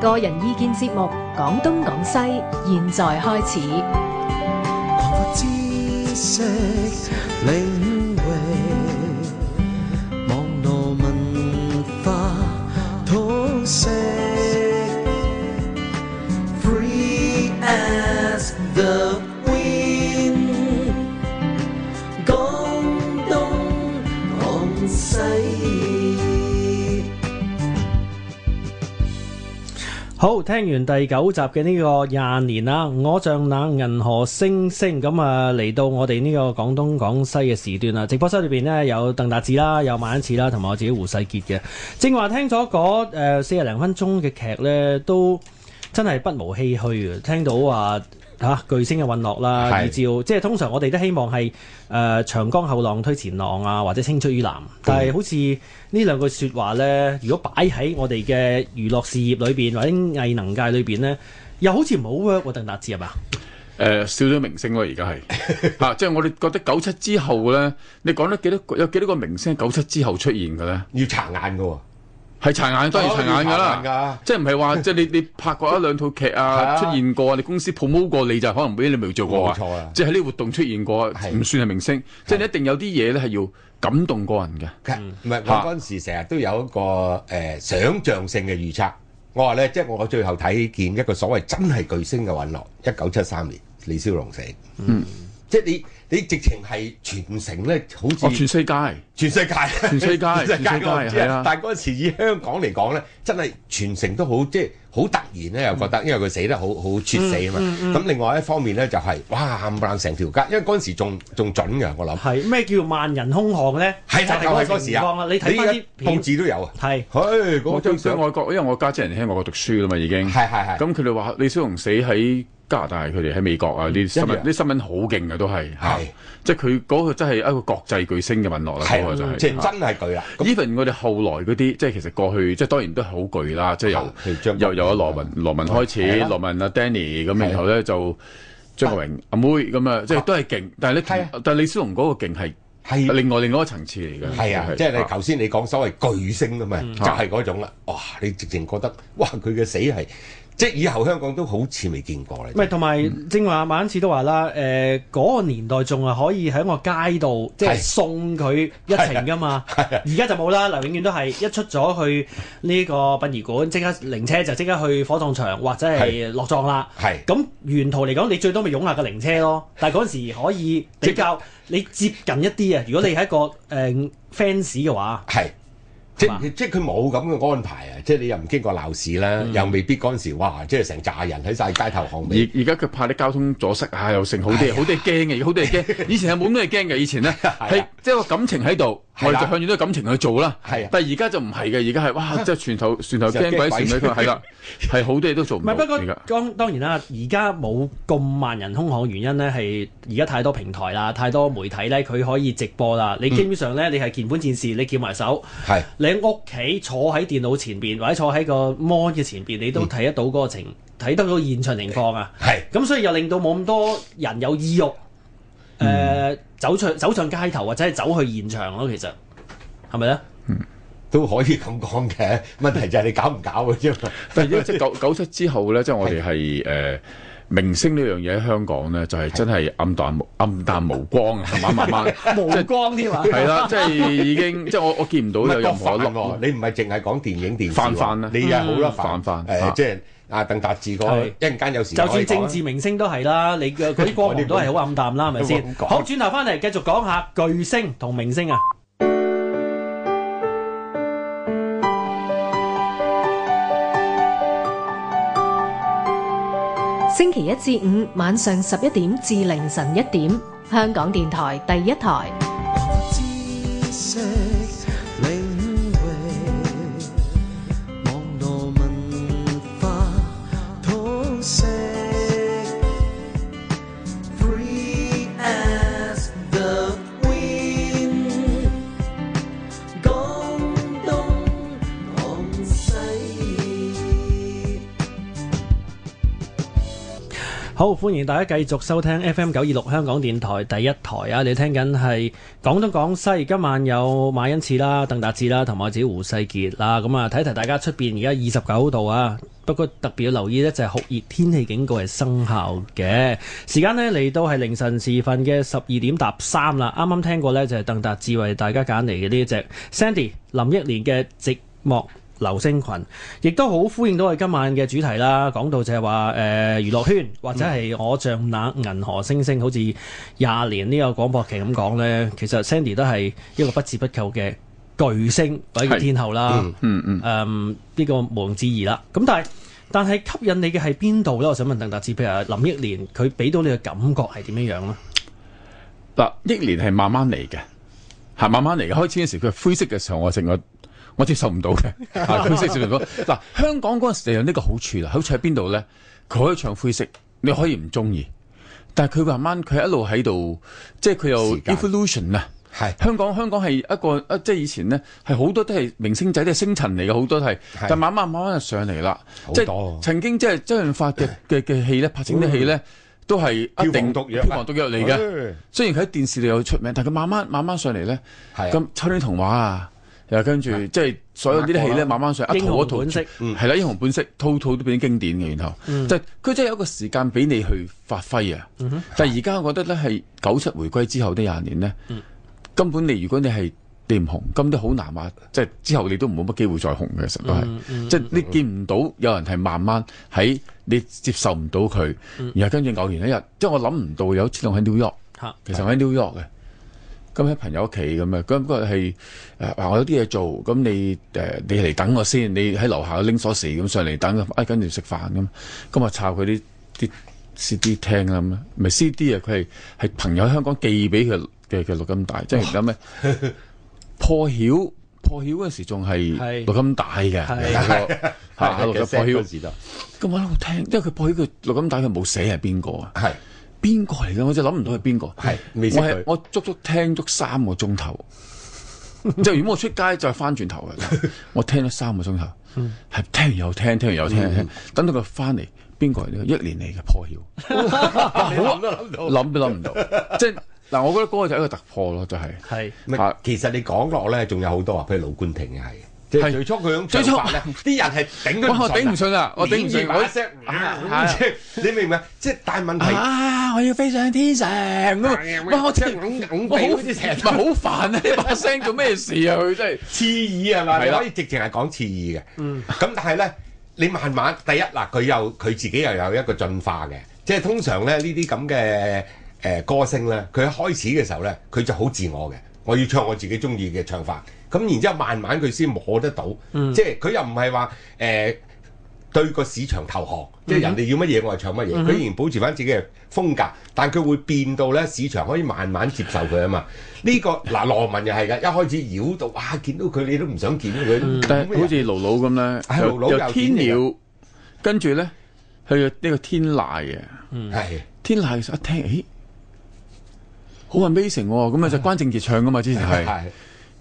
個人意見節目《講東講西》，現在開始。擴闊知識領域，網絡文化通識，Free as the wind，講東講西。好，聽完第九集嘅呢個廿年啦，我像那銀河星星咁啊，嚟到我哋呢個廣東廣西嘅時段啊啦。直播室裏邊呢，有鄧達智啦，有萬一次啦，同埋我自己胡世傑嘅。正話聽咗嗰誒四十零分鐘嘅劇呢，都真係不無唏噓嘅。聽到話嚇、啊巨星嘅隕落啦，係以照即係通常我哋都希望係誒、呃、長江後浪推前浪啊，或者青出於嗯藍，但係好似呢兩句説話呢，如果擺喺我哋嘅娛樂事業裏邊或者藝能界裏邊呢，又好似唔好 work 喎，鄧達志係嘛？誒、少咗呃明星咯，而家 係啊嚇，即係我哋覺得九七之後咧，你講得幾多個有幾多個明星喺九七之後出現嘅咧？要擦眼嘅喎，係殘眼當然殘眼㗎哦要殘眼㗎啦，即係唔係 話即係你你拍過一兩套劇啊，係啊出現過，你公司 promote 過你就可能俾你未做過冇錯啊啊，即係喺呢啲活動出現過，係唔算係明星，即係你一定有啲嘢咧係要感動過人嘅。唔係我嚇嗰陣時成日都有一個誒、呃想像性嘅預測，我話咧，即係我最後睇見一個所謂真係巨星嘅隕落，一九七三年李小龍死，嗯，即係你你直情係全城咧，好哦，全似世界全世界，全世界 全世全界世界我唔知啊係啊但係嗰陣時以香港嚟講咧，真係全城都好即係好突然咧，又覺得因為佢死得好好猝死啊嘛。咁、另外一方面咧就係、哇冚唪唥成條街，因為嗰陣時仲仲準嘅，我諗係咩叫萬人空巷呢？係就係啦，就係嗰嗰個時情啊況啦。你睇翻啲而家報片紙都有啊。係。唉，嗰我張對對相外國，因為我家姐人喺外國讀書啦嘛，已經。係係係。咁佢哋話李小龍死喺加拿大，佢哋喺美國啊，呢啲新嗯一聞樣啲新聞好勁啊嘅都係嚇係，即係佢嗰個真係一個國際巨星嘅隕落啦，嗰個就係啊嗯係即係真係佢啦。啊咁 even 我哋後來嗰啲，即係其實過去即係當然都係好巨啦，即係由係張國由榮啊由阿羅文羅文開係始，啦羅文啊 Danny 咁，係啊然後咧就張國榮阿妹咁啊，即係都係勁，但係咧係啊同但係李小龍嗰個勁係係另外另外一個層次嚟嘅，係啊，即啊係你頭先你講所謂巨星啊嘛，就係嗰種啦。哇！你直情覺得哇，佢嘅死係即係以後香港都好似未見過啦。唔係，同埋正話晚次都話啦，誒、嗰、個年代仲係可以喺個街度即係啊係送佢一程噶嘛，而家就冇啦。嗱，永遠都係一出咗去呢個殯儀館，即刻靈車就即刻去火葬場或者係落葬啦。係咁沿途嚟講，你最多咪擁下個靈車咯。但係嗰陣時可以比較你接近一啲啊。如果你係一個誒、fans 嘅話，係。即係嘛即係佢冇咁嘅安排啊！即係你又唔經過鬧市啦，又未必嗰陣時哇！即係成扎人喺晒街頭巷而尾，而家佢怕啲交通阻塞啊，又剩好啲，好多嘢驚嘅，好多嘢驚。以前係冇咩驚嘅，以前咧啊係即係個感情喺度，係我啦哋就向住呢個感情去做啦。係啊但係而家就唔係嘅，而家係哇，即係船頭船頭就驚驚鬼船鬼尾，佢話係啦，係好多嘢都做唔唔到。係，不過而家當當然啦，而家冇咁萬人空巷，原因咧係而家太多平台啦，太多媒體咧，佢可以直播啦。嗯你基本上咧，你係鍵盤戰士，你叫埋手，係你喺屋企坐喺電腦前邊或者坐喺個 mon 嘅前邊，你嗯都睇得到嗰個情，睇得到現場情況啊。係咁所以又令到冇咁多人有意欲，誒、嗯走上走上街頭或者係走去現場咯。其實係咪咧？都可以咁講嘅。問題就係你搞唔搞嘅啫嘛。但係而家即係九九七之後咧，即係我哋係誒明星呢樣嘢喺香港咧，就係真係暗淡無暗淡無光啊，慢慢慢慢無光添啊！係啦，即係已經即係我我見唔唔到有係任各何範一粒喎，你唔係淨係講電影電視泛泛啦啦，你又好啦，嗯泛泛誒，啊即係阿鄧達志嗰係一陣間有時就可算以講啊政啦治明星都係啦，你嘅嗰啲 光芒都係好暗淡啦，係咪我先哋？冇講好，轉頭翻嚟繼續講下巨星同明星啊！星期一至五晚上十一點至凌晨一點，香港電台第一台。知識領域，網絡文化通識，Free as the wind，講東講西。好，歡迎大家繼續收聽 FM 九二六香港電台第一台啊！你聽緊係廣東廣西，今晚有馬恩賜啦、鄧達智啦，同埋我自己胡世傑啦。咁啊，睇一睇大家出邊而家二十九度啊！不過特別要留意呢，就係酷熱天氣警告係生效嘅。時間呢，嚟到係凌晨時分嘅十二點搭三啦。啱啱聽過呢，就係鄧達智為大家揀嚟嘅呢一隻 Sandy 林憶蓮嘅寂寞。流星群，亦都好呼應到我哋今晚嘅主題啦。講到就係話誒娛樂圈或者係我像那銀河星星，好似廿年呢個廣播劇咁講呢，其實 Sandy 都係一個不折不扣嘅巨星或者叫天后啦。嗯嗯。誒呢、個毋庸置疑啦。咁但係但係吸引你嘅係邊度咧？我想問鄧達志，譬如林憶蓮，佢俾到你嘅感覺係點樣樣咧？嗱，憶年係慢慢嚟嘅，係慢慢嚟嘅。開始嗰時佢係灰色嘅時候，我成個我接受唔到 嘅，係灰色接受唔到。嗱，香港嗰陣時就有呢個好處啦，好處喺邊度咧？佢可以唱灰色，你可以唔中意，但係佢慢慢佢一路喺度，即係佢有時間 evolution 啊。係香港香港係一個啊，即係以前咧係好多都係明星仔都係星塵嚟嘅，好多都係，係但慢慢慢慢就上嚟啦。好即多係曾經即係周潤發嘅嘅嘅戲咧，拍整啲戲咧都係一嗯票定房毒藥啊票房毒藥嚟嘅。雖然佢喺電視度有出名，但佢慢慢慢慢上嚟咧，係啊咁《秋天童話》啊，又跟住即係所有呢啲戲拍過咧，啦慢慢上一英套一雄套本色，嗯係啦，英雄本色，套套都變經典嘅。然後即係佢真係有一個時間俾你去發揮啊。嗯但係而家我覺得咧，係九七回歸之後呢廿年咧，嗯根本你如果你係你唔紅，咁都好難話，即係之後你都冇乜機會再紅嘅，其實都係，嗯即係你見唔到有人係慢慢喺你接受唔到佢，嗯然後跟住偶然一日，即係我諗唔到有一次我喺 New York。嚇其實我喺 New York 嘅，咁喺朋友屋企咁啊，咁嗰日係誒話我有啲嘢做，咁你誒、呃你嚟等我先，你喺樓下拎鎖匙咁上嚟等，啊跟住食飯咁，咁我抄佢啲啲 CD 聽啦咁啊，唔係 CD 啊，佢係係朋友喺香港寄俾佢嘅嘅錄音帶，即係咁咩破曉。破曉嗰時仲係係錄音帶嘅，係 有個嚇錄嘅破曉時代咁我喺度聽，因為佢破曉佢錄音帶佢冇寫係邊個啊？係邊個嚟嘅？我就諗唔到係邊個。係未識我係佢，我足足聽足三個鐘 頭，即係如果我出街就係翻轉頭嘅，我聽咗三個鐘頭，嗯係聽完又聽，聽完又聽，聽等到佢翻嚟，邊個嚟呢？一年嚟嘅破曉，諗都諗到。諗都諗唔 到，即係嗱，我覺得嗰個就係一個突破咯，就係、係唔係啊其實你講落咧，仲有好多啊，譬如盧冠廷嘅係，即係係最初佢咁最初唱法咧，啲人係頂都哇！我頂唔順啊。順啦，我頂唔順，我我 即係你明唔明？即係但係問題，啊！我要飛上天上咁啊 哇！我真係係我好好唔似成係好煩啊！呢把聲做咩事啊？佢真係刺耳係啊嘛？係你啦可以直情係講刺耳嘅。咁但係咧，你慢慢第一嗱，佢又佢自己又有一個進化嘅，即係通常咧呢啲咁嘅誒歌星咧，佢一開始嘅時候咧，佢就好自我嘅，我要唱我自己中意嘅唱法。咁然之後慢慢佢先摸得到，嗯即係佢又唔係話誒對個市場投降，嗯即係人哋要乜嘢我係唱乜嘢，佢仍然保持翻自己嘅風格，但佢會變到咧市場可以慢慢接受佢啊嘛。呢、個嗱羅文又係㗎，一開始繞到哇，見到佢你都唔想見佢，嗯但係好咁似盧魯咁啊咧，盧由盧由又天點嚟㗎鳥，跟住咧去呢個天籟嘅，樣係天籟其實一聽，咦，好 amazing 喎！咁啊就關正傑唱噶嘛，之前係， 係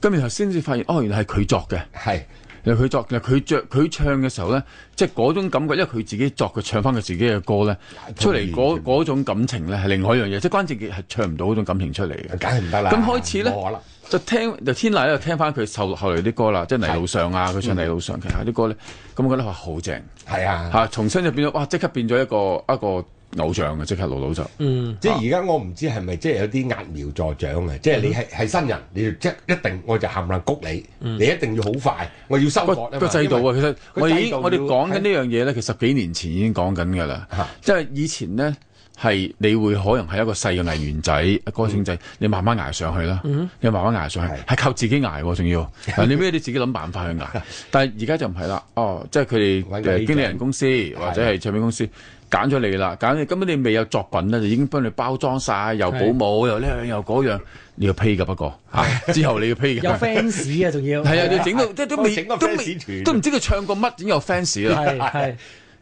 咁然後先至發現，哦，原來係佢作嘅，係原來佢作，原來佢着佢唱嘅時候咧，即係嗰種感覺，因為佢自己作，佢唱翻佢自己嘅歌咧，出嚟嗰嗰種感情咧係另外一樣嘢，即係關正傑係唱唔到嗰種感情出嚟嘅。梗係唔得啦。咁開始咧冇可能就聽就天籟咧，就聽翻佢後後嚟啲歌啦，即係泥路上嗯啊，佢唱泥路上其他啲歌咧，咁我覺得話好正係啊，嚇，重新就變咗哇，即刻變咗一個一個偶像嘅，即刻盧老就嗯即係而家我唔知係咪即係有啲揠苗助長嗯啊！即係你係係新人，你就即一定我就冚唪唥谷你，你一定要好快，我要收割嗯個啊嘛個制度啊，其實我已制度經我哋要講緊呢樣嘢咧，其實十幾年前已經講緊㗎啦嚇，即係以前咧。係你會可能係一個細嘅藝員仔、歌星嗯仔，你慢慢捱上去啦，你慢慢捱上去，係靠自己捱喎，仲要嗱你咩你自己諗辦法 去捱，但係而家就唔係啦，哦，即係佢哋揾誒個經 agent 理人公司或者係唱片公司揀咗你啦，揀你根本你未有作品咧，就已經幫你包裝晒，又保姆又呢樣又嗰樣，你要批㗎不過嚇，之後你要批㗎。有 fans 啊，仲要 係啊，你整到即係都我整個未都 fans 未團都唔知佢唱過乜，已經有 fans 啦。係係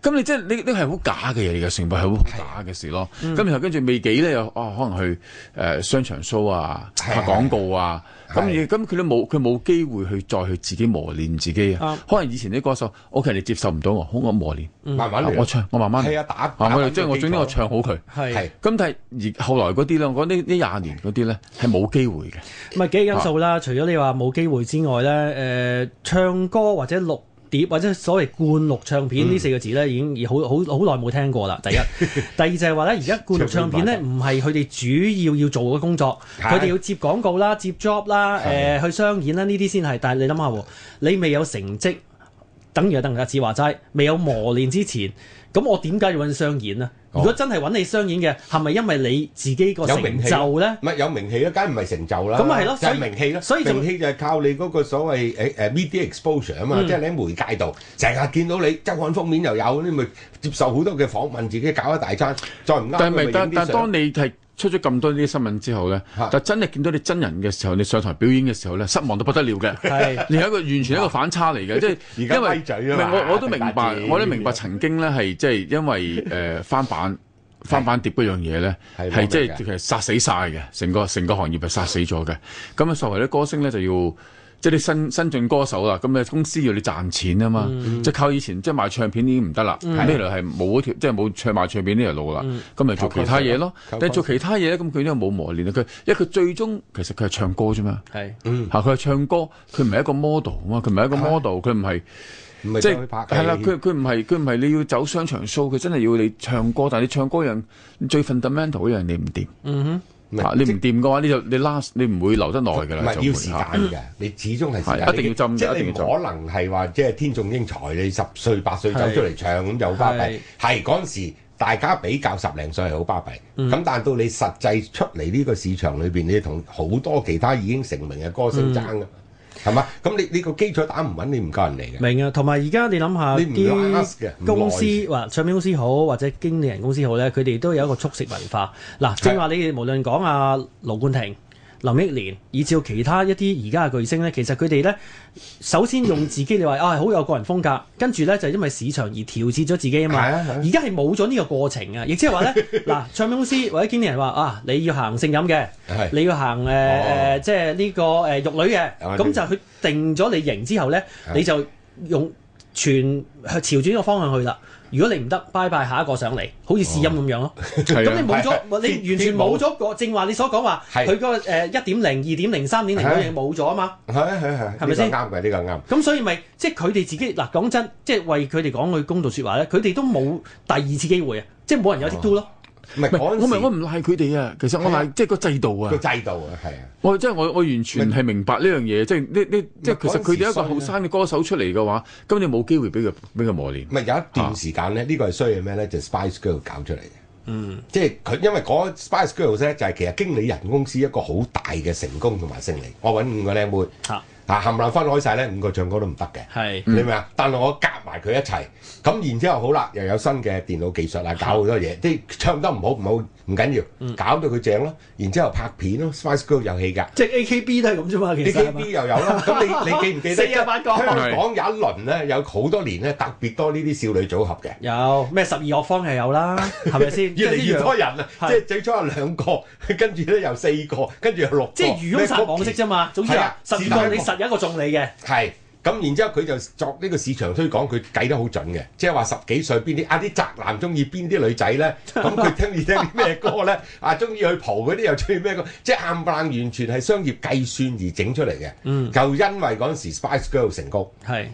咁你即係你呢個係好假嘅嘢嚟嘅，全部係好好假嘅事咯。嗯咁然後跟住未幾咧又啊，可能去誒、呃商場 show 啊、係拍廣告啊，咁係而咁佢都冇佢冇機會去再去自己磨練自己啊啱。可能以前啲歌手，OK 你接受唔到我，好我磨練，慢慢啊嚟。我唱我慢慢係嚟啊，打啊打我穩即係個我基總之礎我唱好佢。係係咁但係而後來嗰啲咧，我覺得呢呢廿年嗰啲咧係冇機會嘅。唔係啊啊幾個因素啦，除咗你話冇機會之外咧，誒、唱歌或者錄碟或者所謂灌錄唱片嗯呢四個字咧，已經已好好好耐冇聽過啦。第一， 第二就係話咧，而家灌錄唱片咧，唔係佢哋主要要做嘅工作，係佢哋要接廣告啦、接 job 啦、誒、去商演啦，呢啲先係。但係你諗下喎，你未有成績，等於係鄧達志話齋，未有磨練之前。咁我點解要揾商演啊？如果真係揾你商演嘅，係咪因為你自己個哦有成名氣就咧？唔係啊有名氣啦，梗係唔係成就啦，咁咪係咯就所以係名氣啦。所以就名氣就係靠你嗰個所謂誒誒 media exposure 啊嘛，嗯即係你喺媒介度成日見到你周刊封面又有，你咪接受好多嘅訪問，自己搞一大餐，再唔啱但係佢咪呃咪但影但啲係當相。你係出咗咁多呢啲新聞之後咧嚇，但真係見到你真人嘅時候，你上台表演嘅時候咧，失望到不得了嘅。係。你係一個完全一個反差嚟嘅，即係而家因為咪嘴啊唔係嘛我我都明大白家知，我都明白曾經咧係即係因為誒翻版翻版碟嗰樣嘢咧，係係即係冇其命實殺死晒嘅，成個成個行業係殺死咗嘅。咁啊，作為啲歌星咧就要。即係啲新新進歌手啦，咁你公司要你賺錢啊嘛，即係靠以前即係賣唱片已經唔得啦，呢條係冇嗰條即係冇唱賣唱片呢條路啦，咁咪做其他嘢咯靠。但係做其他嘢咧，咁佢都冇磨練啊。佢因為佢最終其實佢係唱歌啫嘛。係嚇佢係唱歌，佢唔係一個 model 啊嘛，佢唔係一個 model，佢唔係唔係即再去係拍係啦，佢佢唔係佢唔係你要走商場 show，佢真係要你唱歌，但係你唱歌樣最 fundamental 嗰樣你唔掂，唔嚇係啊你唔掂嘅話，你就你 last 你唔會留得耐㗎啦，唔係就要會時間嚇嘅，你始終係時間。係一定要浸即一係定你要唔浸可能係話即係天縱英才，你十歲八歲走出嚟唱咁就好巴係閉。係嗰陣時，大家比較十零歲係好巴閉。咁、但係到你實際出嚟呢個市場裏邊，你同好多其他已經成名嘅歌星爭㗎，係嘛、咁你你個基礎打唔穩，你唔夠人嚟嘅。明啊，同埋而家你諗下你唔要 ask 嘅啲唔公司耐或唱片公司好，或者經理人公司好咧，佢哋都有一個速食文化。嗱，正話你哋無論講啊盧冠廷、林憶蓮，以照其他一啲而家嘅巨星咧，其實佢哋咧首先用自己，你話啊好有個人風格，跟住咧就因為市場而調節咗自己啊嘛。係啊係啊而家係冇咗呢個過程啊，亦即係話 咧嗱，唱片公司或者經理人話啊，你要行性感嘅係，你要行誒誒即係呢個誒玉女嘅，啊咁就佢定咗你型之後咧，係你就用全朝住呢個方向去啦。如果你唔得，拜拜下一個上嚟，好似試音咁樣咯。係咁啊你冇咗係，你完全冇咗個正話你所講話，係佢個呃誒一點零、二點零、三點零嗰樣嘢冇咗啊嘛。係係係，係係咪先咪先啱嘅？呢個啱。咁所以咪即係佢哋自己嗱講真，即係為佢哋講句公道説話咧，佢哋都冇第二次機會啊，即係冇人有 t 都咯。唔係唔係嗰我咪我陣時唔賴佢哋啊，其實我係啊賴即係個制度啊個。制度啊，係啊。我即係我我完全係明白呢樣嘢，即係呢呢即係其實佢哋一啊個後生嘅歌手出嚟嘅話，咁你冇機會俾佢俾佢磨練。咪有一段時間啊咧，呢、個係衰嘅咩咧？就 Spice Girl 搞出嚟嘅。嗯，即係佢，因為嗰 Spice Girls 咧，就係、其實經理人公司一個好大嘅成功同埋勝利。我揾五個靚妹，嚇啊冚唪唥分開晒咧，五個唱歌都唔得嘅。係你明唔明啊？但係我夾埋佢一齊，咁然之後好啦，又有新嘅電腦技術啊，搞好多嘢，即係唱得唔好唔好唔緊嗯要，搞到佢正咯。然之後拍片咯，Spice Girl 有戲㗎。即係 AKB 都係咁啫嘛，其實係 A.K.B. 啊嘛又有啦，咁你你記唔 記得？四十啊八個香港有一輪咧，有好多年咧，特別多呢啲少女組合嘅。有咩十二樂坊係有 啦，係咪先？越嚟越多人啊！係即係最初有兩個， 跟住咧又四個，跟住又六個。即係魚翁殺網式啫嘛。總之係啊啊，十二是但個一個你實有一個中你嘅，係咁，然之後佢就作呢個市場推廣，佢計得好準嘅，即係話十幾歲邊啲啊啲宅男中意邊啲女 仔咧，咁佢中意聽啲咩歌咧？啊，中意去蒲嗰啲又中意咩歌？即係冚唪唥完全係商業計算而整出嚟嘅。嗯就因為嗰陣時 Spice Girl 成功。係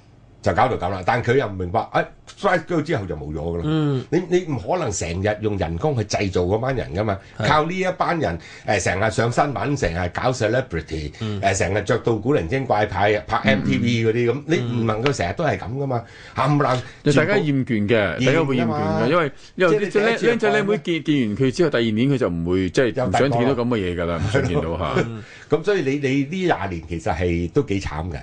就搞到咁啦，但佢又唔明白，誒 strike 咗之後就冇咗噶啦。嗯你你唔可能成日用人工去製造嗰班人噶嘛，靠呢一班人誒成日上新聞，成日搞 celebrity，誒嗯成日着到古靈精怪派拍 MTV 嗰啲咁，你唔能夠成日都係咁噶嘛，冚唪唥大家全部厭倦嘅，厭大家會厭㗎倦嘛嘅，因為因為啲即係你僆第一次僆仔入僆行妹見見完佢之後，第二年佢就唔會即係有唔第二想個見啦嗯到咁嘅嘢㗎啦，唔想見到嚇。咁，所以你你呢廿年其實係都幾慘嘅，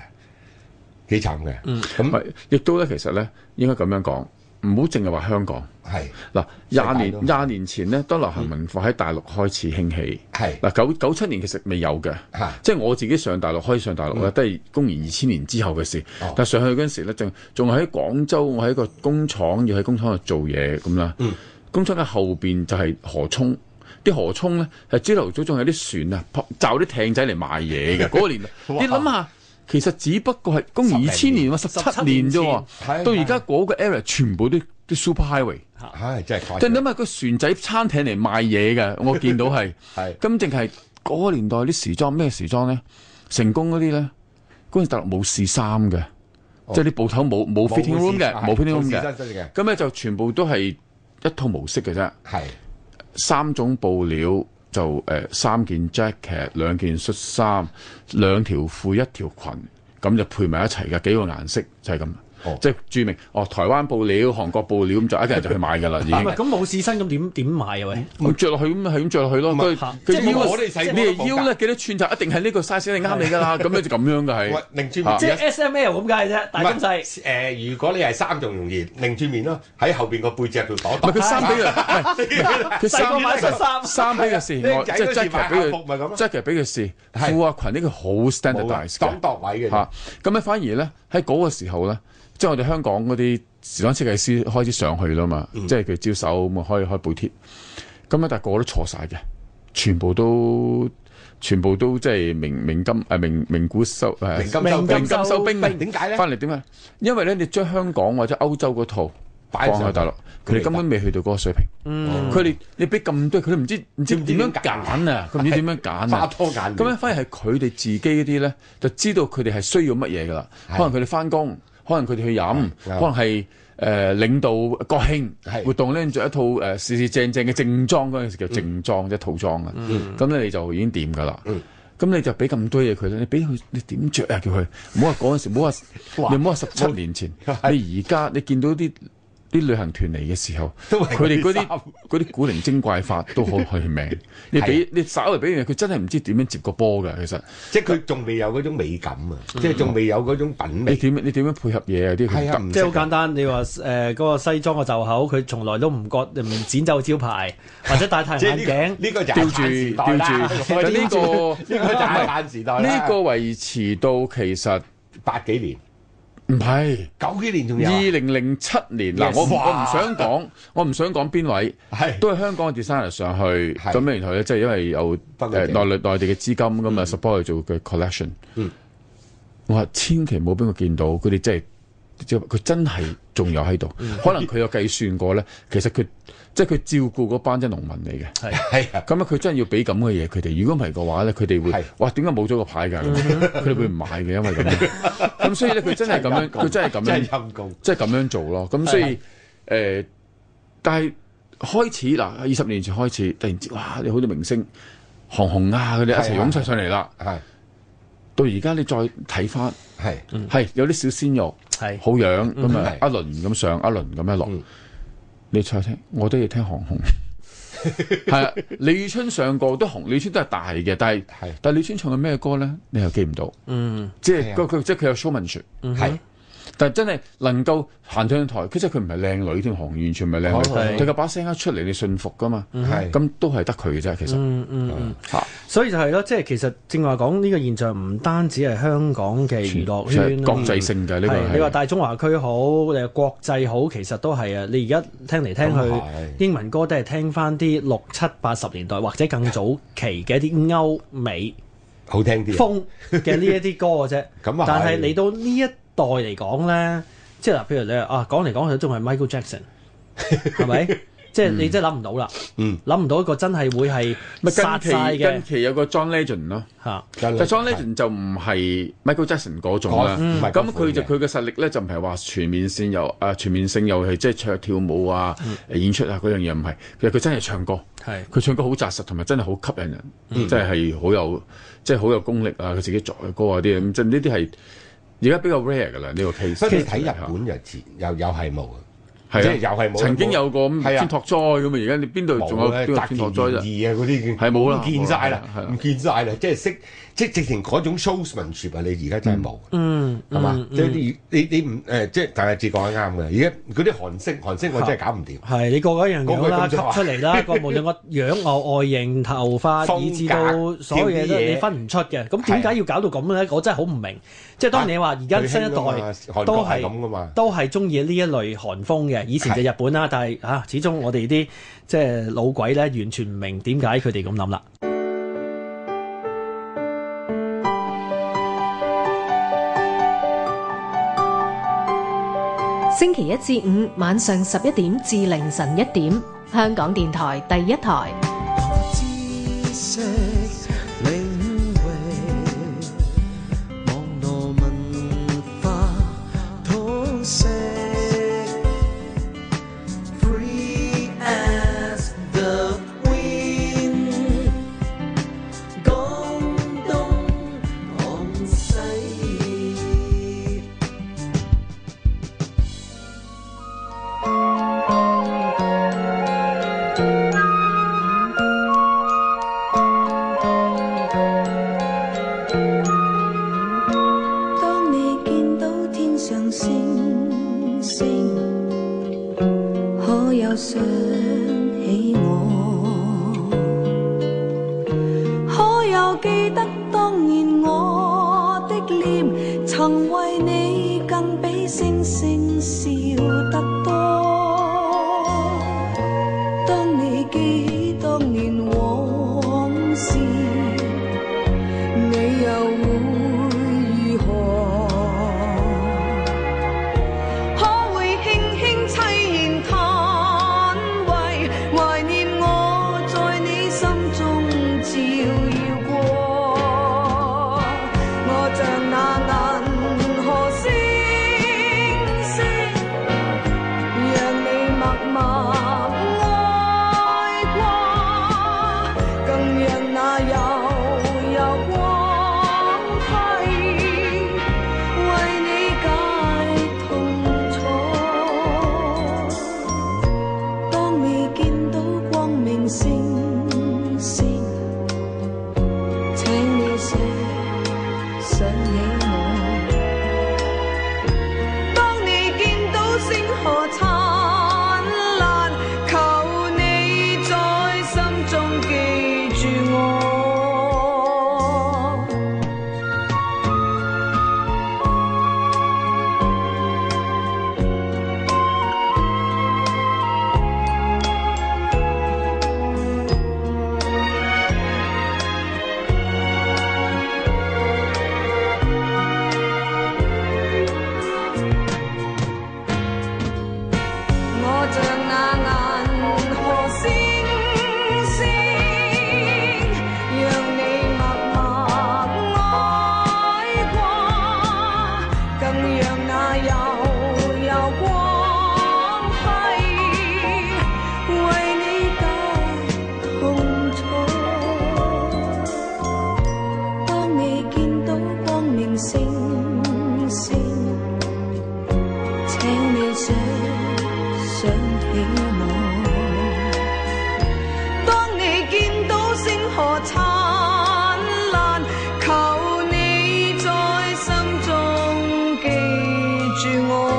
幾慘嘅。咁嗯係亦都咧，其實咧應該咁樣講，唔好淨係話香港係嗱，界廿都年係廿年前呢，當流行文化喺大陸開始興起。係嗱，九九七年其實未有嘅，嚇嗯即係我自己上大陸開始上大陸咧，都係公元二千年之後嘅事。哦但上去嗰陣時咧，仲仲喺廣州，我喺個工廠要喺工廠度做嘢咁啦。嗯工廠嘅後邊就係河涌，啲河涌咧係朝頭早仲有啲船啊，泊罩啲艇仔嚟賣嘢 嘅嗰個年代。哇你諗下，其實只不過係公元二十千零年喎，十七年啫前係喎，到而家嗰個 area 全部都啲 super highway。唉，真係誇張即係你諗下個船仔餐艇嚟賣嘢 嘅，我見到係係咁，淨係嗰個年代啲時裝咩時裝咧？成功嗰啲咧，嗰陣時大陸冇試衫嘅，即係啲布頭冇哦冇 fitting room 嘅，冇 fitting room 嘅，嘅，咁咧就全部都係一套模式嘅啫，係三種布料。就誒、呃三件 jacket、兩件恤衫、兩條褲、一條裙，咁就配埋一齊嘅幾個顏色就係咁，哦即係註明哦台灣布料、韓國布料咁就一個人就去買㗎啦已經啊唔。係咁冇試身咁點點買啊？喂，嗯咁着落去咁係咁着落去咯。唔係佢即係佢腰啊我哋細個你都係冇腰㗎咧幾多寸就一定係呢個 size 你啱你㗎啦。咁樣就咁樣㗎係喂。擰轉啊面即係 S M L 咁解啫，大中細。誒、如果你係衫仲容易，擰住面咯，喺後邊個背脊度擋唔係擋。佢衫俾佢，唔係 細個佢衫買恤衫衫俾佢試，僆我即仔係嗰時 jacket 買俾校服咪咁佢咯，jacket 俾佢試，係啊褲啊裙呢個好冇嘅 standardised 擋嘅擋位嘅啫嚇。咁咧反而咧喺嗰個時候咧，即係我哋香港嗰啲時裝設計師開始上去啦嘛，嗯即係佢招手咁啊開開補貼。咁咧但係個個都錯晒嘅，全部都全部都即係明明金誒明明股收誒明金收明金收兵啊！點解咧翻嚟點啊？因為咧你將香港或者歐洲嗰套擺放上去大陸，佢哋根本未去到嗰個水平。佢哋你俾咁多，佢都唔知唔知知唔知點樣嗯點揀揀啊！佢唔知點樣揀花啊！拖眼亂咁咧，反而係佢哋自己嗰啲咧，就知道佢哋係需要乜嘢噶啦。係可能佢哋翻工，可能佢哋去飲，可啱能係誒、呃、領導國慶係嗯活動咧，着一套誒、呃、四四正正嘅正裝嗰陣時叫正裝啫，套裝啊。咁咧、你就已經掂噶啦。嗯咁你就俾咁多嘢佢咧，你俾佢你點着啊？叫佢唔好話嗰陣時，唔好話你唔好話十七年 前，你而家你見到啲啲旅行團嚟嘅時候，都係佢哋嗰嗰啲啲嗰啲古靈精怪法都好去 命。你俾你稍微俾佢，佢真係唔知點樣接個波㗎。其實即係佢仲未有嗰種美感啊，即係仲未有嗰種品你味。點你點樣配合嘢啊？啲佢係啊，唔唔即係識好簡單，你話誒嗰個西裝嘅袖口，佢從來都唔割唔剪走招牌，或者戴太即係陽呢眼鏡。個呢個就吊係住反時代吊啦。住，但呢個呢個就係唔係反時代啦。呢個維持到其實八幾年、唔係。九幾年仲有啊二零零七年嗱，我唔我唔哇想講，我唔想講邊位，係都係香港嘅 designer 上去，係咁然後咧，即係因為有北美誒地內內內地嘅資金咁啊，support 佢做嘅 collection。嗯我話千祈冇俾佢見到，佢哋真係。即係佢真係仲有喺度，嗯可能佢有計算過咧。其實佢即係佢照顧嗰班即係農民嚟嘅，係啊，咁啊佢真係要俾咁嘅嘢佢哋。如果唔係嘅話咧，佢哋會係哇點解冇咗個牌㗎？咁佢哋會唔買嘅，因為咁 樣。咁所以咧，佢真係咁樣，佢真係咁真樣係陰公。即係咁樣做咯。咁所以誒、呃但係開始嗱，二十年前開始，突然之哇，你好多明星韓紅啊，佢哋一齊係啊湧晒上嚟啦。係到而家你再睇翻，係係有啲小鮮肉，係好樣咁啊，嗯一輪咁上，一輪咁樣落嗯。你再聽，我都要聽韓 紅。係啊，李宇春上過都紅，李宇春都係大嘅，但係係但係李宇春唱嘅咩歌咧，你又記唔到。嗯，即係係啊佢佢即係佢有 showmanship。係但真係能夠行上台，佢即係佢唔係靚女添，行完全唔係靚哦女，係佢個把聲一出嚟，你信服噶嘛，係咁都係得佢嘅啫，其實嗯嗯嗯。嚇所以就係咯，即係其實正話講呢個現象唔單止係香港嘅娛樂圈啦啊國際性嘅呢個係你話係。大中華區好，你話國際好，其實都係啊！你而家聽嚟聽咁去係，英文歌都係聽翻啲六七八十年代或者更早期嘅一啲歐美好聽啲啊。風嘅呢一啲歌嘅啫。咁啊係但係嚟到呢一代嚟講咧，即係嗱，譬如你話啊，講嚟講去都仲係 Michael Jackson，係咪？即係你真係諗唔到啦，嗯諗唔到一個真係會係咪殺晒近期嘅近期有個 John Legend 咯，嚇。但但 John Legend 就唔係 Michael Jackson 嗰種啦嗰嗯唔係，嗰咁款佢就嘅佢嘅實力咧就唔係話全面性又啊全面性又係即係唱跳舞啊演出啊嗰樣嘢唔係，其實佢真係唱歌。係佢唱歌好扎實，同埋真係好吸引人，嗯即係好有即係好有功力啊！佢自己作嘅歌啊啲咁，即係呢啲係而家比較 rare 噶啦呢個 case。所以你睇日本就自又又係冇啊，係啊即係又係冇曾經有個咁係啊天托災咁啊，而家你邊度仲有冇邊咧，個澤天田托災研啫？二啊嗰啲已經係冇啦唔見晒啦冇啦係，啦唔見晒啦，即係識即係直情嗰種 showmanship 啊！你而家真係冇，嗯，係嘛嗯？即係你你你唔誒，即係但係志講得啱嘅。而家嗰啲韓星韓星我真係搞唔掂，係你個個一樣樣啦，個個咁吸就話出嚟 啦，個無論個樣我外形、頭髮，風以至到格啊所有嘢都跳啲嘢你分唔出嘅。咁點解要搞到咁咧？我真係好唔明。即係當然你話而家新一佢興㗎嘛代韓都國係係咁噶嘛。都係中意呢一類韓風嘅，以前就日本啦，但係啊，始終我哋啲即係老鬼咧，完全唔明點解佢哋咁諗啦。星期一至五晚上十一點至凌晨一點，香港電台第一台。知識領域，網絡文化通識，free as the wind，廣東廣西。当你见到天上星星，可有想起我？可有记得当年我的臉，曾为你更比星星笑得多？当你记起当年往事。你又會如何？可會輕輕凄然嘆喟，懷念我在你心中照耀過。我像那銀河星星。让你默默爱过，更让那悠悠光輝為你解痛楚。當你見到光明星星，請你寫想起我。當你見到星河燦爛，求你在心中記住我。我像那銀河星星，讓你默默愛過，更讓那悠悠光輝為你解痛楚。當你見到光明星星。請你想想起我。當你見到星河燦爛，求你在心中記住我。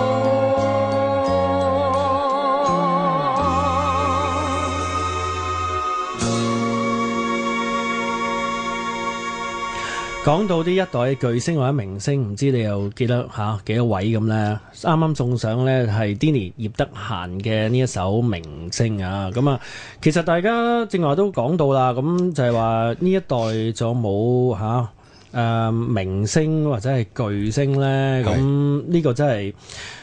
講到呢一代巨星或者明星，唔知你又記得嚇、幾多位咁呢？啱啱送上呢係 Dini 葉德嫻嘅呢一首《明星》啊，咁啊，其實大家正話都講到啦，咁就係話呢一代仲有冇嚇誒明星或者係巨星呢？咁呢個真係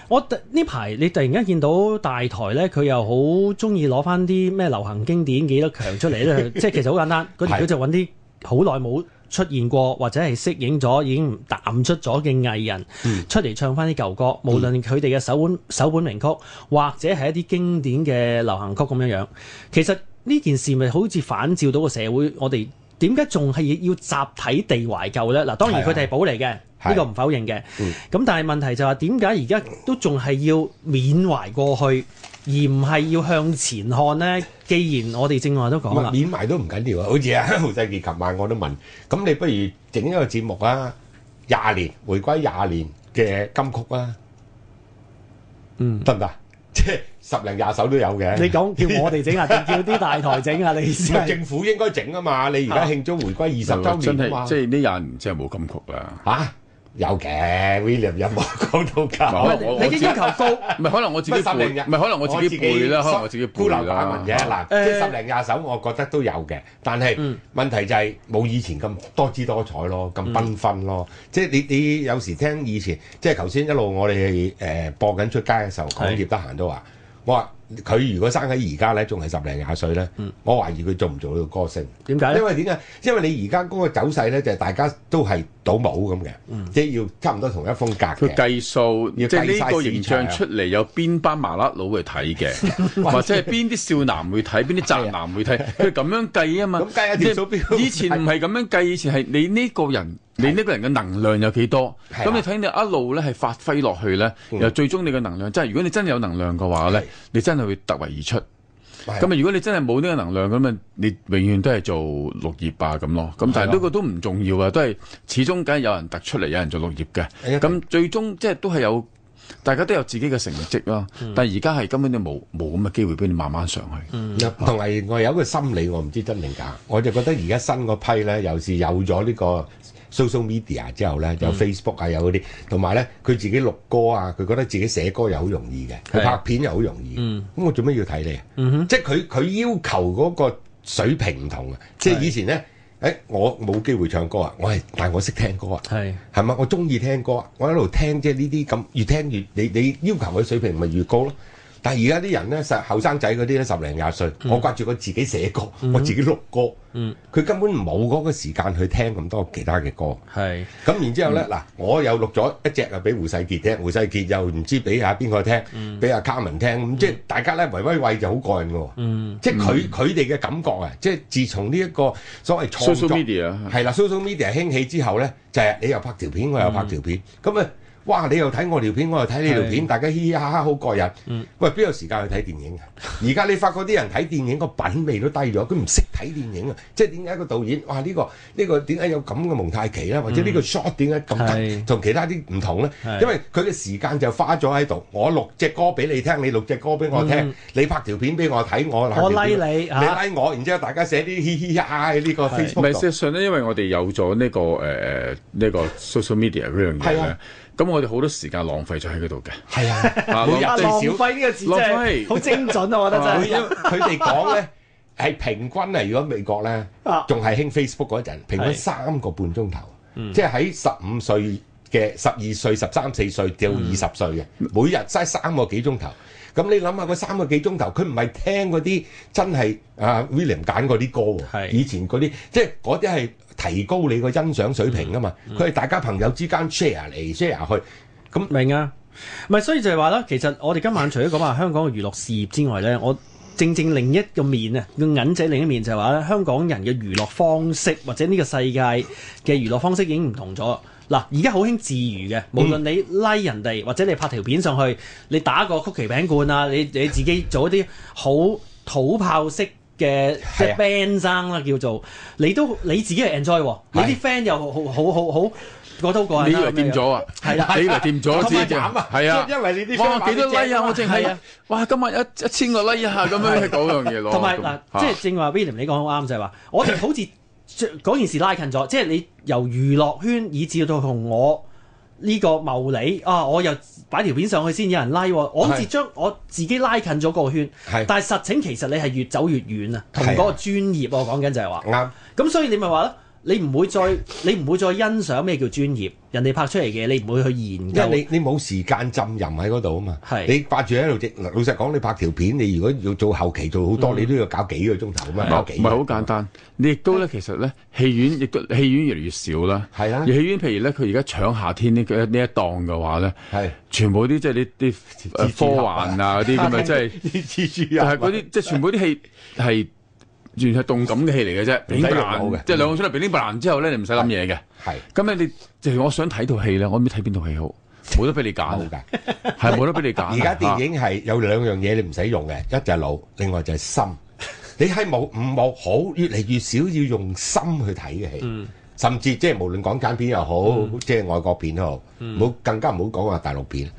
我突呢排你突然間見到大台呢，佢又好中意攞翻啲咩流行經典幾多強出嚟 咧，即係其實好簡單，嗰條係佢就揾啲好耐冇出現過或者係適應咗已經淡出咗嘅藝人、嗯出嚟唱翻啲舊歌，無論佢哋嘅首本首本名曲或者係一啲經典嘅流行曲咁樣樣，其實呢件事咪好似反照到個社會，我哋點解仲係要集體地懷舊呢？嗱，當然係啊佢哋係寶嚟嘅，係呢個唔否認嘅。咁但係問題就係點解而家都仲係要緬懷過去，而唔係要向前看呢？既然我哋正話都啊講啦，免埋都唔緊要啊！好似啊 胡世傑琴晚我都問，咁你不如整一個節目啊，廿年回歸廿年嘅金曲啊，嗯，得唔得？ 即係十零廿首都有嘅。你講叫我哋整啊，定叫啲大台整啊？你意思唔係係？ 政府應該整啊嘛！你而家慶祝回歸二十週真年啊嘛係，即係呢廿年真係冇金曲啦。嚇啊有嘅，William 有冇講到唔係㗎？我我你嘅要求高。唔係可能我自己乜十背，零日唔係可能我自己背啦，可能我自己背孤啦。陋寡聞嘅嗱，誒即係十零廿首，我覺得都有嘅。但係嗯問題就係冇以前咁多姿多彩咯，咁繽紛咯。即係你你有時聽以前，即係頭先一路我哋誒播緊出街嘅時候，港業得閒都話，我話佢如果生喺而家咧，仲係十零廿歲咧，嗯我懷疑佢做唔做到歌星。點解呢因為點解？因為你而家嗰個走勢咧，就係大家都係倒模咁嘅，即係要差唔多同一風格佢嘅。計數，即要係計晒呢個市形象場出嚟，有邊班麻甩佬會睇 嘅，或者係邊啲少男會睇，邊啲宅男會睇，佢咁樣計啊嘛。咁計下條數表即係以前唔係咁樣計，以前係你呢個人，你呢個人嘅能量有幾多？係啊嗯咁啦你睇你一路咧係發揮落去咧，又最終你嘅能量，即係如果你真係有能量嘅話咧，你真係會突圍而出。咁咁啊，如果你真係冇呢個能量咁啊，你永遠都係做綠葉啊咁咯。咁但係呢個都唔重要啊，都係始終梗係有人突出嚟，有人做綠葉一定嘅。咁最終即係都係有，大家都有自己嘅成績咯。嗯但係而家係根本就冇冇咁嘅機會俾你慢慢上去。嗯嗯同埋我有一個心理，我唔知真定假，我就覺得而家新嗰批咧，尤其是有咗呢個 social media 之後咧，有 Facebook 啊，有嗰啲，同埋咧佢自己錄歌啊，佢覺得自己寫歌又好容易嘅，佢係拍片又好容易。咁我做咩要睇你啊？即係佢佢要求嗰個水平唔同啊！即係以前咧，誒我冇機會唱歌啊，我係但係我識聽歌啊。係係咪？我中意聽歌，啊我一路聽即係呢啲咁，越聽越你你要求嘅水平咪越高咯。但係而家啲人咧，實後生仔嗰啲咧，十零廿歲，嗯我掛住我自己寫歌，我自己錄歌，佢根本冇嗰個時間去聽咁多其他嘅歌。係咁然之後嗯咧，嗱、我又錄咗一隻啊，俾胡世傑聽，胡世傑又唔知俾啊邊嗯個聽，俾阿卡文聽，咁即係大家咧圍威喂就好過癮嘅喎。嗯即係嗯佢佢哋嘅感覺啊，即係自從呢一個所謂創 Social 作 media 啊啊係啦，social media 興起之後咧，就係、你又拍條片，我嗯又拍條片，咁啊、哇！你又睇我條片，我又睇你條片，大家嘻嘻哈哈好過癮。嗯喂，邊有時間去睇電影啊？而家你發覺啲人睇電影個品味都低咗，佢唔識睇電影啊！即係點解個導演哇？呢、個呢、個點解有咁嘅蒙太奇咧？或者呢個 shot 點解咁得嗯係同其他啲唔同咧係？因為佢嘅時間就花咗喺度。我錄隻歌俾你聽，你錄隻歌俾我聽，你拍條片俾我睇，我嗯我拍條 like 片你你嚇 like 我，然之後大家寫啲嘻嘻哈哈喺呢個係唔 Facebook 係度事實上咧，因為我哋有咗呢、個誒誒呢個 social media 呢樣嘢係咧啊，咁我哋好多時間浪費咗喺嗰度嘅。係 啊，啊每浪啊日最浪少，費呢個字真浪係費好精準啊！我覺得真每日係。佢哋講咧係平均啊。如果美國咧啊，仲係興 Facebook 嗰陣，平均係三個半鐘頭，即係喺十五歲嘅、十二歲、十三四歲到二十歲嘅，每日嘥三個幾鐘頭。咁你諗下嗰三個幾鐘頭，佢唔係聽嗰啲真係啊 William 揀嗰啲歌係喎，以前嗰啲即係嗰啲係提高你個欣賞水平啊嘛。佢係大家朋友之間 share 嚟 share 去，咁明啊，咪所以就係話啦，其實我哋今晚除咗講話香港嘅娛樂事業之外呢，我正正另一個面啊，個銀仔另一面就係話咧，香港人嘅娛樂方式或者呢個世界嘅娛樂方式已經唔同咗。嗱，而家好興自娛嘅，無論你拉、人哋或者你拍條片上去，你打個曲奇餅罐啊，你你自己做一啲好土炮式嘅即係係啊 band 生啦叫做，你都你自己係 enjoy 喎，你啲 friend 又好好好好好覺得好過癮啦你以咁為樣掂咗啊？係啦你以為掂咗同埋知就慘啊係啊，因為你啲哇 friend 幾多話你 like 啊！我淨係係啊哇，今日一一千個 like 啊，咁樣嗰樣哦嘢咯。同埋咁嗱，啊嚇即係正話 William 你講好啱就係話，我哋好似將嗰件事拉近咗，即係你由娛樂圈以至到同我呢個謀理啊，我又擺條片上去先有人拉、喎，我好似係將我自己拉近咗個圈係，但係實情其實你係越走越遠啊，同係啊嗰個專業我講緊就係話。啱。咁所以你咪話啦，你唔會再你唔會再欣賞咩叫專業，人哋拍出嚟嘅你唔會去研究因。為你你冇時間浸淫喺嗰度啊嘛，係你掛住喺度直。老實講，你拍條片，你如果要做後期做好多，你都要搞幾個鐘頭啊嘛，搞幾嗯唔係好簡單，你亦都咧，其實咧，戲院亦都戲院越嚟越少啦。係啦而戲院譬如咧，佢而家搶夏天呢個呢一檔嘅話咧，係全部啲即係啲啲呃蜘蛛俠啊 科幻啊嗰啲咁啊，即係啲蜘蛛但係啊，嗰啲即係全部啲戲係完全係動感嘅戲嚟嘅啫，唔使乒用乓腦嘅即係兩個出嚟乒乓乓之後咧，你唔使諗嘢嘅。係咁咧，你就係我想睇套戲咧，我唔知睇邊套戲好，冇得俾你冇揀，㗎。 係冇得俾你揀。啊而家電影係有兩樣嘢你唔使用嘅，一就係腦，另外就係心。 你喺冇五幕好，越嚟越少要用心去睇嘅戲，甚至即係無論港產片又好，即係外國片又好，冇更加唔好講話大陸片。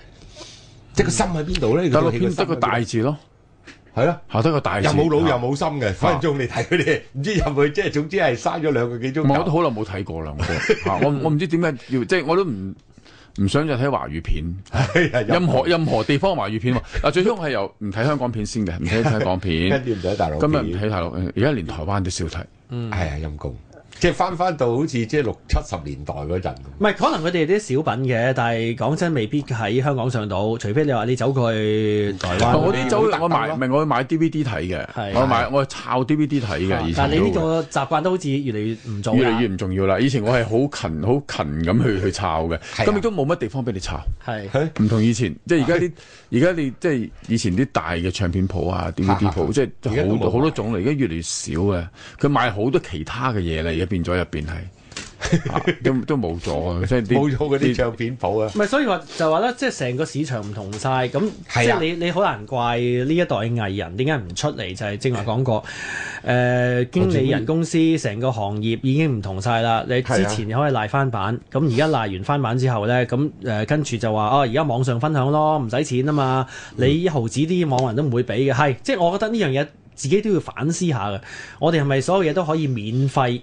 即係個心喺邊度咧？啊，大陸嗰套戲個片心得個大字咯，係咯。嚇得個大字，又冇腦又嚇冇心嘅，分分鐘你睇佢哋唔知入去，即係總之係嘥咗兩個幾鐘 我都頭。好耐冇睇過啦， 我都嚇我我唔知點解要，即係我都唔唔想再睇華語片，係啊入任何任何地方華語片喎。嗱，最終係由唔睇香港片先嘅，唔睇香 港跟片，住唔使大陸今日唔片睇大陸，而家連台灣都少睇。係啊陰公，即係翻翻到好似即係六七十年代嗰陣咁。唔係，可能佢哋啲小品嘅，但係講真，未必喺香港上到，除非你話你走過去台灣。啊我啲走特登我買咯唔係我買 DVD 睇係嘅，我買我係抄 DVD 睇嘅。以啊但係前你呢都個習慣都好似越嚟越唔做啦越啊嚟越唔重要啦。以前我係好勤好勤咁去去抄嘅，啊咁亦都冇乜地方俾你抄。係唔同以前，即係而家啲而家你即係以前啲大嘅唱片鋪啊、DVD 鋪，即而家係都好冇多好多種嚟，而家越嚟越少啊。佢賣好多其他嘅嘢啦，而家變咗入 邊係啊都都冇咗啊，即係啲冇咗嗰啲啲唱片鋪啊！唔係，所以話就話咧，即係成個市場唔同晒，咁即係啊係你你好難怪呢一代藝人點解唔出嚟，就係正話講過，誒、經理人公司成個行業已經唔同晒啦。你係之啊前可以賴翻版，咁而家賴完翻版之後咧，咁誒跟住就話哦，而家網上分享咯，唔使錢啊嘛，嗯你一毫子啲網民都唔會俾嘅，係即係我覺得呢樣嘢自己都要反思下嘅。我哋係咪所有嘢都可以免費？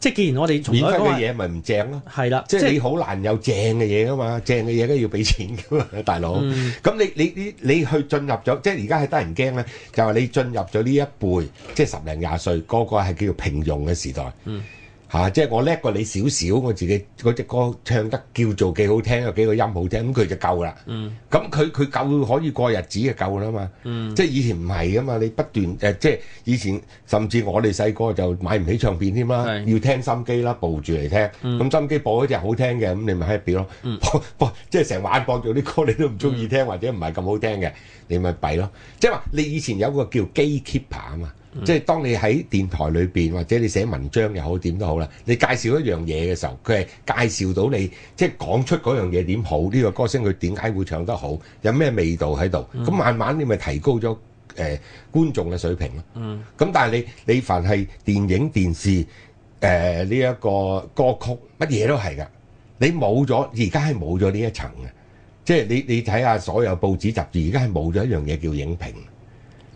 即係既然我哋從免來費都嘅話嘢咪唔正咯，係啦，即係你好難有正嘅嘢噶嘛，正嘅嘢梗係要俾錢噶嘛， 大佬。咁你你你你去進入咗，即係而家係得人驚咧，就係你進入咗呢一輩，即係十零廿歲，個個係叫做平庸嘅時代。嗯，嚇、即係我叻過你少少，我自己嗰只歌唱得叫做幾好聽，有幾個音好聽，咁佢就夠啦。嗯，咁佢佢夠可以過日子就夠啦嘛。嗯，即係以前唔係噶嘛，你不斷誒、呃即係以前甚至我哋細個就買唔起唱片添啦，係要聽心機啦，播住嚟聽。咁、心機播嗰只好聽嘅，咁你咪 happy 咯。 播播即係成晚播咗啲歌，你都唔中意聽、或者唔係咁好聽嘅，你咪弊咯。即係話你以前有個叫 gatekeeper 啊嘛，即係當你喺電台裏邊或者你寫文章又好點都好啦，你介紹一樣嘢嘅時候，佢係介紹到你即係講出嗰樣嘢點好，呢、個歌星佢點解會唱得好，有咩味道喺度。咁、慢慢你咪提高咗。誒、觀眾嘅水平咯。嗯。咁但係你你凡係電影、電視誒呢一個歌曲，乜嘢都係㗎。你冇咗，而家係冇咗呢一層嘅。即係你你睇下所有報紙雜誌，而家係冇咗一樣嘢叫影評。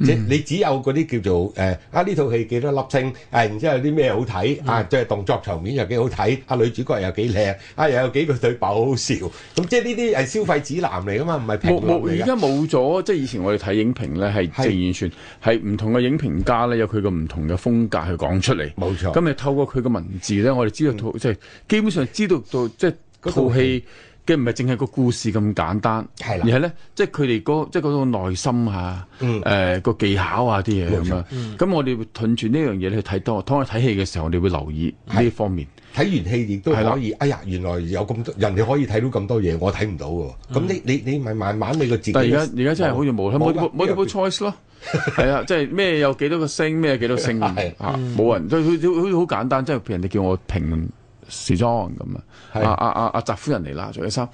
即係你只有嗰啲叫做誒、啊呢套戲幾多粒星，誒、然之後有啲咩好睇、啊，即係動作場面又幾好睇，啊女主角又幾靚，啊又有幾個對白好好笑，咁即係呢啲係消費指南嚟㗎嘛，唔冇係評論冇，嚟而㗎家冇咗，即係以前我哋睇影評咧，係係即係完全係唔同嘅影評家咧，有佢個唔同嘅風格去講出嚟。冇錯嗯咁你透過佢嘅文字咧，我哋知道套即係基本上知道到即係嗰套套戲嘅唔係淨係個故事咁簡單，係啦而係咧即係佢哋嗰即係嗰種內心啊，嗯誒個技巧啊啲嘢冇錯嗯咁啊。咁我哋會順住呢樣嘢去睇多，當我睇戲嘅時候，我哋會留意呢方面。睇完戲亦都係啦可以，哎呀，原來有咁多人哋可以睇到咁多嘢，我睇唔到喎。咁你你你咪慢慢你個自己。但係而家而家真係好似冇啦，冇㗎冇冇 choice 咯， 係啊，即係咩有幾多個星，咩有幾多星咁係啊，冇人，即係好似好簡單，即係譬如人哋叫我評論時裝咁啊，係啊啊啊啊澤夫人嚟啦，着嘅衫，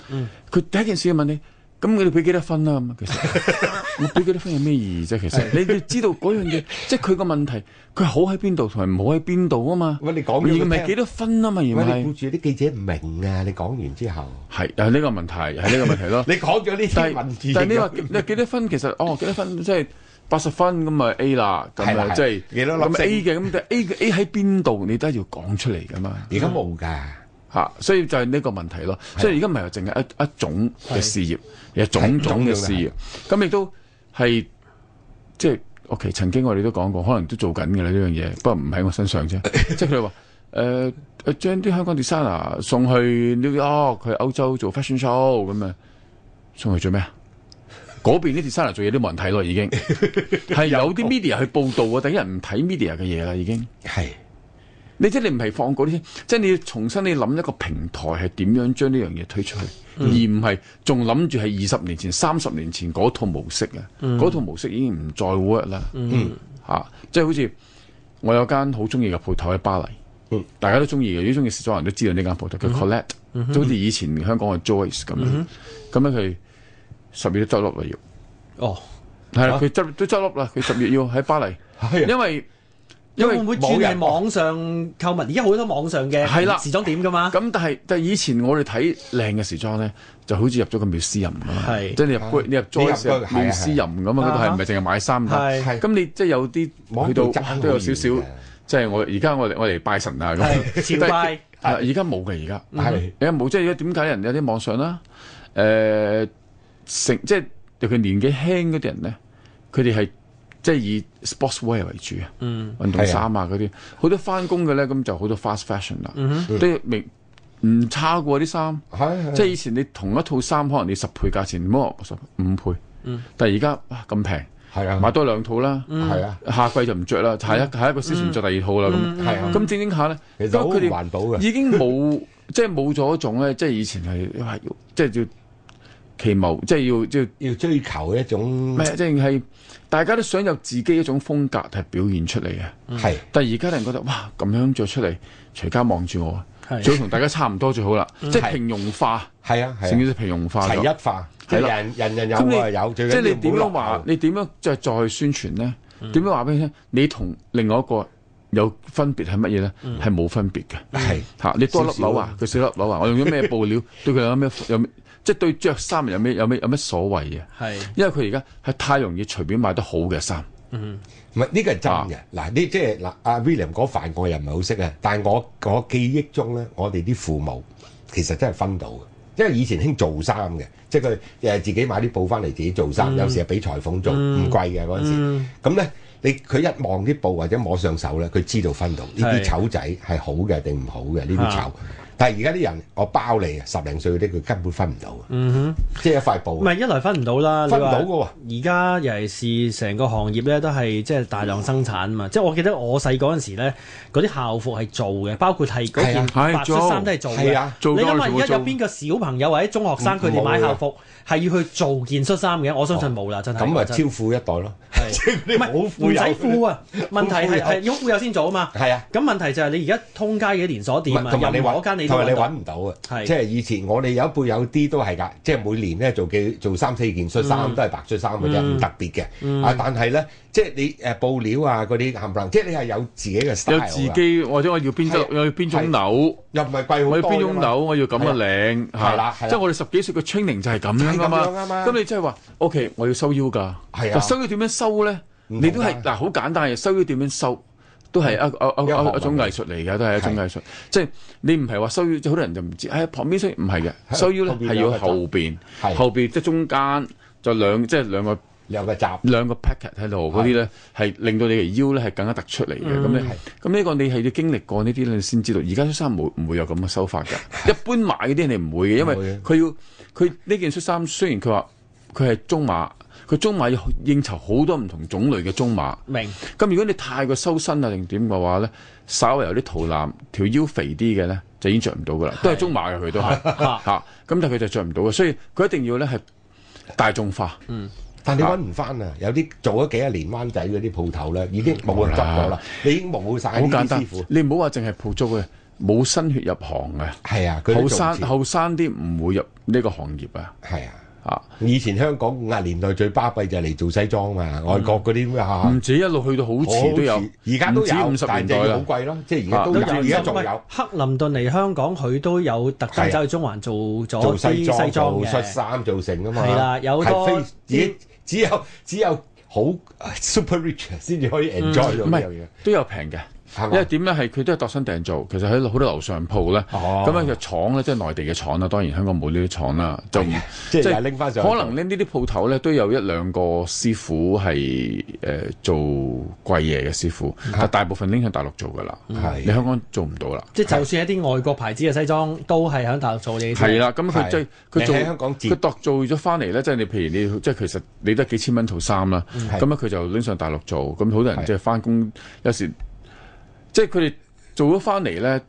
佢第一件事問你。咁你俾幾多分啦？咁其 實我俾幾多分有咩意義啫？其實你你知道嗰樣 嘢，即係佢個問題，佢好喺邊度同埋唔好喺邊度啊嘛。喂你講俾而佢唔係聽幾多分啊嘛，而唔喂，你顧係住啲記者唔明啊！你講完之後，係係呢個問題，係呢個問題 咯。你講咗呢但啲文字係，但係你話你幾多分其實哦幾多分即係八十分咁啊 A 啦，係咁啦啊係即係幾多粒咁星 A 嘅咁但係 A 嘅 A 喺邊度你都係要講出嚟噶嘛而家冇㗎，嚇，啊所以就係呢個問題咯。所以而家唔係淨係一一種嘅事業，而係種種嘅事業。咁亦都係即係 OK，曾經我哋都講過，可能都做緊嘅啦呢樣嘢，不過唔喺我身上 啫。即係佢哋話誒誒，將啲香港 designer 送去 New York 去歐洲做 fashion show 咁啊，送去做咩啊？嗰邊啲 designer 做嘢都冇人睇咯，已 經係有啲 media 去報導啊，等啲人唔睇 media 嘅嘢啦，已經。係你即係你唔係放過呢啲，即係你要重新你諗一個平台係點樣將呢樣嘢推出去，而唔係仲諗住係二十年前、三十年前嗰套模式啊，嗰、套模式已經唔再 work 啦。嗯，嚇、即係好似我有間好中意嘅鋪頭喺巴黎，嗯大家都中意嘅，如果中意時裝人都知道呢間鋪頭叫 Colette，都好似以前香港嘅 Joyce 咁樣。咁咧佢十月都執笠啦哦，要，係啦，佢執都執笠啦，佢十月要喺巴黎，係啊因為因因為為會唔會轉冇係人網上購物？而家好多網上嘅係啦時裝點噶嘛，咁但係但係以前我哋睇靚嘅時裝咧，就好似入咗個 museum 咁啊係即係你入啊 Joy- 你入你入 Joyce 嗰個入係啊 museum 咁啊啊，嗰度係唔係淨係買衫㗎？係係咁你即係有啲網去到度爭都有好少遠少嘅，即係我而家我哋我哋拜神啊咁，朝拜但係。啊係而家冇嘅而家。係你冇即係而家點解人有啲網上啦？誒、成即係尤其年紀輕嗰啲人咧，佢哋係即係以 sportswear 為主啊，嗯運動衫啊嗰啲，好多翻工嘅咧，咁就好多 fast fashion 啦，都明唔差過啲衫。係即係係以前你同一套衫可能你十倍價錢，唔好話十五倍，但係而家哇咁平，係啊，買多兩套啦，係啊，下季就唔着啦，下一下一個 season 着第二套啦咁。係啊，咁整整下咧，其實好唔佢哋環保嘅。已經冇即係冇咗一種咧，即係以前係哇要即係要奇謀，即係要即係要追求一種咩？即係係大家都想有自己一種風格係表現出嚟嘅。係但係而家人覺得哇咁樣着出嚟，隨家望住我，係最好同大家差唔多最好啦，即係係平庸化，係啊成件係啊，事平庸化咗齊一化，即係係啦人人人有咁啊你有，最即係緊你要點唔好樣落話後？你點樣再再去宣傳咧？嗯點樣話俾你聽？你同另外一個有分別係乜嘢咧？係冇分別嘅。嗯係嚇！你多粒少少紐啊，佢少粒紐啊，我用咗 咩布料，對佢有咩有咩，即係對着衫有咩有咩有咩所謂嘅？係哦因為佢而家係太容易隨便買得好嘅衫，唔係呢個係真啊嘅。嗱，呢即係嗱，阿 William 嗰範我又唔係好識啊，但係我我記憶中咧，我哋啲父母其實真係分到嘅。因為以前興做衫嘅，即係佢誒自己買啲布翻嚟自己做嗯衫，有時係俾裁縫做，唔貴嘅嗰陣時。咁咧，你佢一望啲布或者摸上手咧，佢知道分到呢係啲丑仔係好嘅定唔好嘅呢啲嚇丑。但係而家啲人，我包你啊，十零歲嗰啲佢根本分唔到嘅，嗯即係一塊哼，布啊唔。係一來分唔到啦，你分唔話到㗎喎而家尤其是成個行業咧，都係即係大量生產啊嘛。即係我記得我細嗰陣時咧，嗰啲校服係做嘅，包括係嗰件係白啊恤衫都係做嘅。係啊做你嘅諗我哋下，而會家做有邊個小朋友或者中學生佢哋嗯冇啊買嘅校服係要去做件恤衫嘅？我相信冇啦，真係。咁啊，真超富一代咯，即係嗰啲唔好係唔富有使富啊，問題 係好富係有要富有先做啊嘛。係啊。咁問題就係你而家通街嘅連鎖店啊，同埋你任何一揾，間你都同埋揾你到揾唔到係嘅。即係以前我哋有一輩有啲都係㗎，即係每年咧做幾做三四件恤衫都係白恤衫嘅啫，唔特別嘅。啊，但係咧，即係你誒布料啊嗰啲冚唪唥，即係你係有自己嘅有 style 自㗎己或者我要邊種係我要邊種紐，又唔係貴我好要多邊㗎種紐，嘛。我要咁嘅領嚇係啦係啦即係我哋十幾歲嘅 training 就係咁樣噶就係咁樣㗎嘛。嘛咁你即係話 OK，我要收腰㗎，係啊但收腰點樣收咧？唔同㗎你都係嗱好簡單嘅，收腰點樣收？都係一一一一行一一種嚟藝術嚟嘅，都係一種係藝術。即係你唔係話收腰，好多人就唔知。喺旁邊收唔係嘅，係收腰咧後邊係兩要個後邊，係後邊即係中間就兩即係兩個有個閘，兩個 packet 喺度嗰啲咧，係令到你嘅腰咧係更加突出嚟嘅。嗯咁咧，咁呢個你係要經歷過呢啲你先知道。而家恤衫冇唔會有咁嘅收法 㗎。一般買嗰啲你唔會嘅，因為唔會嘅佢要佢呢件恤衫雖然佢話佢係中碼，佢中碼要應酬好多唔同種類嘅中碼。明。咁如果你太過修身啊定點嘅話咧，稍微有啲肚腩條腰肥啲嘅咧，就已經着唔到噶啦，都係中碼嘅佢 都係嚇，咁但係佢就着唔到嘅，所以佢一定要咧係大眾化，但你揾唔翻啊！有啲做咗幾廿年灣仔嗰啲鋪頭咧，已經冇人執咗啦，你已經冇晒好呢簡啲單師傅。。你唔好話淨係鋪租嘅，冇新血入行嘅，係啊，佢都後做唔生切後生啲唔會入呢個行業啊，係啊。啊！以前香港五十年代最巴閉就係嚟做西裝嘛，外國嗰啲咩啊唔止一路去到好遲都有，而家都唔止有，五十但年係代就要啦啊好。貴咯，即係而家都都有，有而家仲喂有克林頓嚟香港，佢都有特登係啊走去中環做咗啲做西哦西裝、裝做嘅，恤衫、做成啊嘛。係啦有係多非啲自己只有只有好 super rich 先至可以 enjoy 到嗯唔呢係樣啊嘢，都有平嘅，係因為嘛？點咧係佢都係度身訂做，其實喺好多樓上鋪咧，哦咁樣嘅廠咧，即係內地嘅廠啦，當然香港冇呢啲廠啦，就唔 即係又係拎翻上去可能咧呢啲鋪頭咧都有一兩個師傅係誒做貴嘢嘅師傅，但大部分拎向大陸做噶啦，嗯係你香港做唔到啦。即係就算一啲外國牌子嘅西裝，都係喺大陸做嘅。係，啦，咁佢係即係佢你做喺香港接佢度做咗翻嚟咧，即係你譬如你即係其實你得幾千蚊套衫啦，咁咧佢就拎上大陸做，咁好多人嗯係即係翻工有時即係佢哋做咗翻嚟咧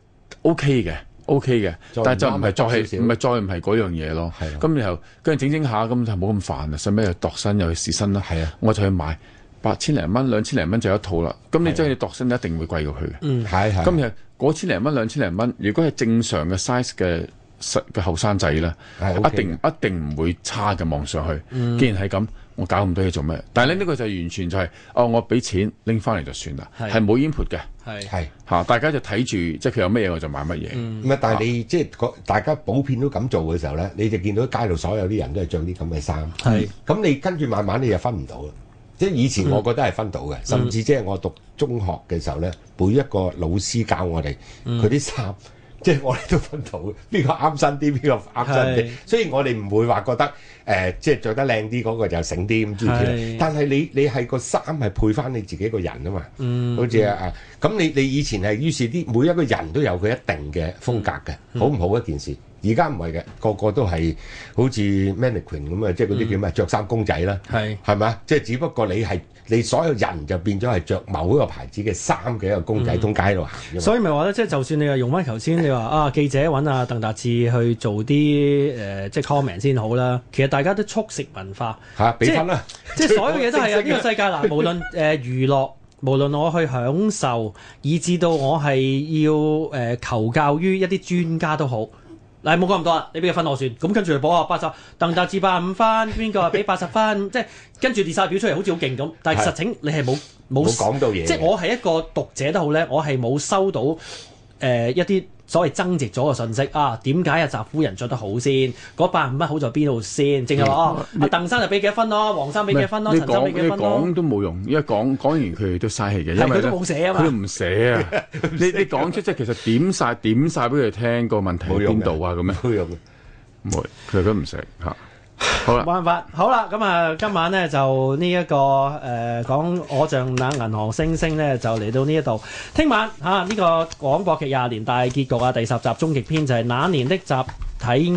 OK 嘅。O K 嘅，再但係就唔唔啱係咪再多係少少唔係再唔係嗰樣嘢咯係啊。咁然後跟住整整下咁就冇咁煩啦，使咩又度身又去試身啦。係啊，我就去買，八千零蚊、兩千零蚊就有一套啦。咁啊你真係度身一定會貴過佢嘅。嗯係係今日嗰千零蚊、兩千零蚊，如果係正常嘅 size 嘅細嘅後生仔咧，係一 OK 定一定唔會差嘅望上去。既然係咁，我搞咁多嘢做咩？但係咧呢個就完全就係、哦，我俾錢拎翻嚟就算啦，係係冇 input 嘅係係。嚇，大家就睇住即係佢有乜嘢我就買乜嘢。嗯咁啊！但係你即係個大家普遍都咁做嘅時候咧，你就見到街度所有啲人都係着啲咁嘅衫。係咁你跟住慢慢你就分唔到啦。即係以前我覺得係分到嗯嘅，甚至即係我讀中學嘅時候咧，每一個老師教我哋嗯佢啲衫， 即係我哋都分到嘅，邊個啱身啲，邊個啱身係啲。所以我哋唔會話覺得誒、呃即係着得靚啲嗰個就醒啲咁諸如此係類。但係你你係個衫係配翻你自己個人啊嘛，嗯好似啊啊咁你你以前係於是啲每一個人都有佢一定嘅風格嘅，嗯好唔好一件事？而家唔係嘅，個個都係好似 mannequin 咁啊，即係嗯嗰啲叫咩着衫公仔啦，係係咪啊？即係只不過你係你所有人就變咗係着某一個牌子嘅衫嘅一個公仔，通街喺度行啫嘛。嗯所以咪話咧，即係就算你話用翻頭先，你話啊記者揾阿鄧達志去做啲誒、呃即係 comment 先好啦。其實大家都速食文化，嚇，俾分啦！ 即係所有嘢都係啊！最呢好個世界嗱， 無論誒、呃、娛樂，無論我去享受，以至到我係要誒、呃求教於一啲專家都好。嗱，冇講咁多啊啦，你俾個分我算，咁跟住就補下八十，鄧達志八五分，邊個啊俾八十分， 即係跟住列晒表出嚟，好似好勁咁，但係係實情你係冇冇冇講到嘢嘅即係我係一個讀者都好咧，我係冇收到誒、呃一啲所謂增值咗嘅信息啊，點解阿澤夫人着得好先？嗰八五蚊好在邊度先？淨係話哦，嗯阿鄧生就俾幾多分咯，黃生俾幾多分咯，你陳生講俾幾你多分咯講。都冇用，因為講講完佢哋都嘥氣嘅，係因為佢都咧冇寫啊嘛佢都唔寫啊！ 你你講出即係其實點晒點晒俾佢哋聽個問題冇喺用邊嘅度啊咁樣，冇用嘅。冇佢哋都唔寫嚇。好冇啦，辦法，好啦，咁啊，今晚咧就呢、一個誒、呃、講我像那銀河星星咧，就嚟到呢一度。聽晚嚇呢、個廣播劇廿年大結局啊，第十集終極篇就係那年的集體。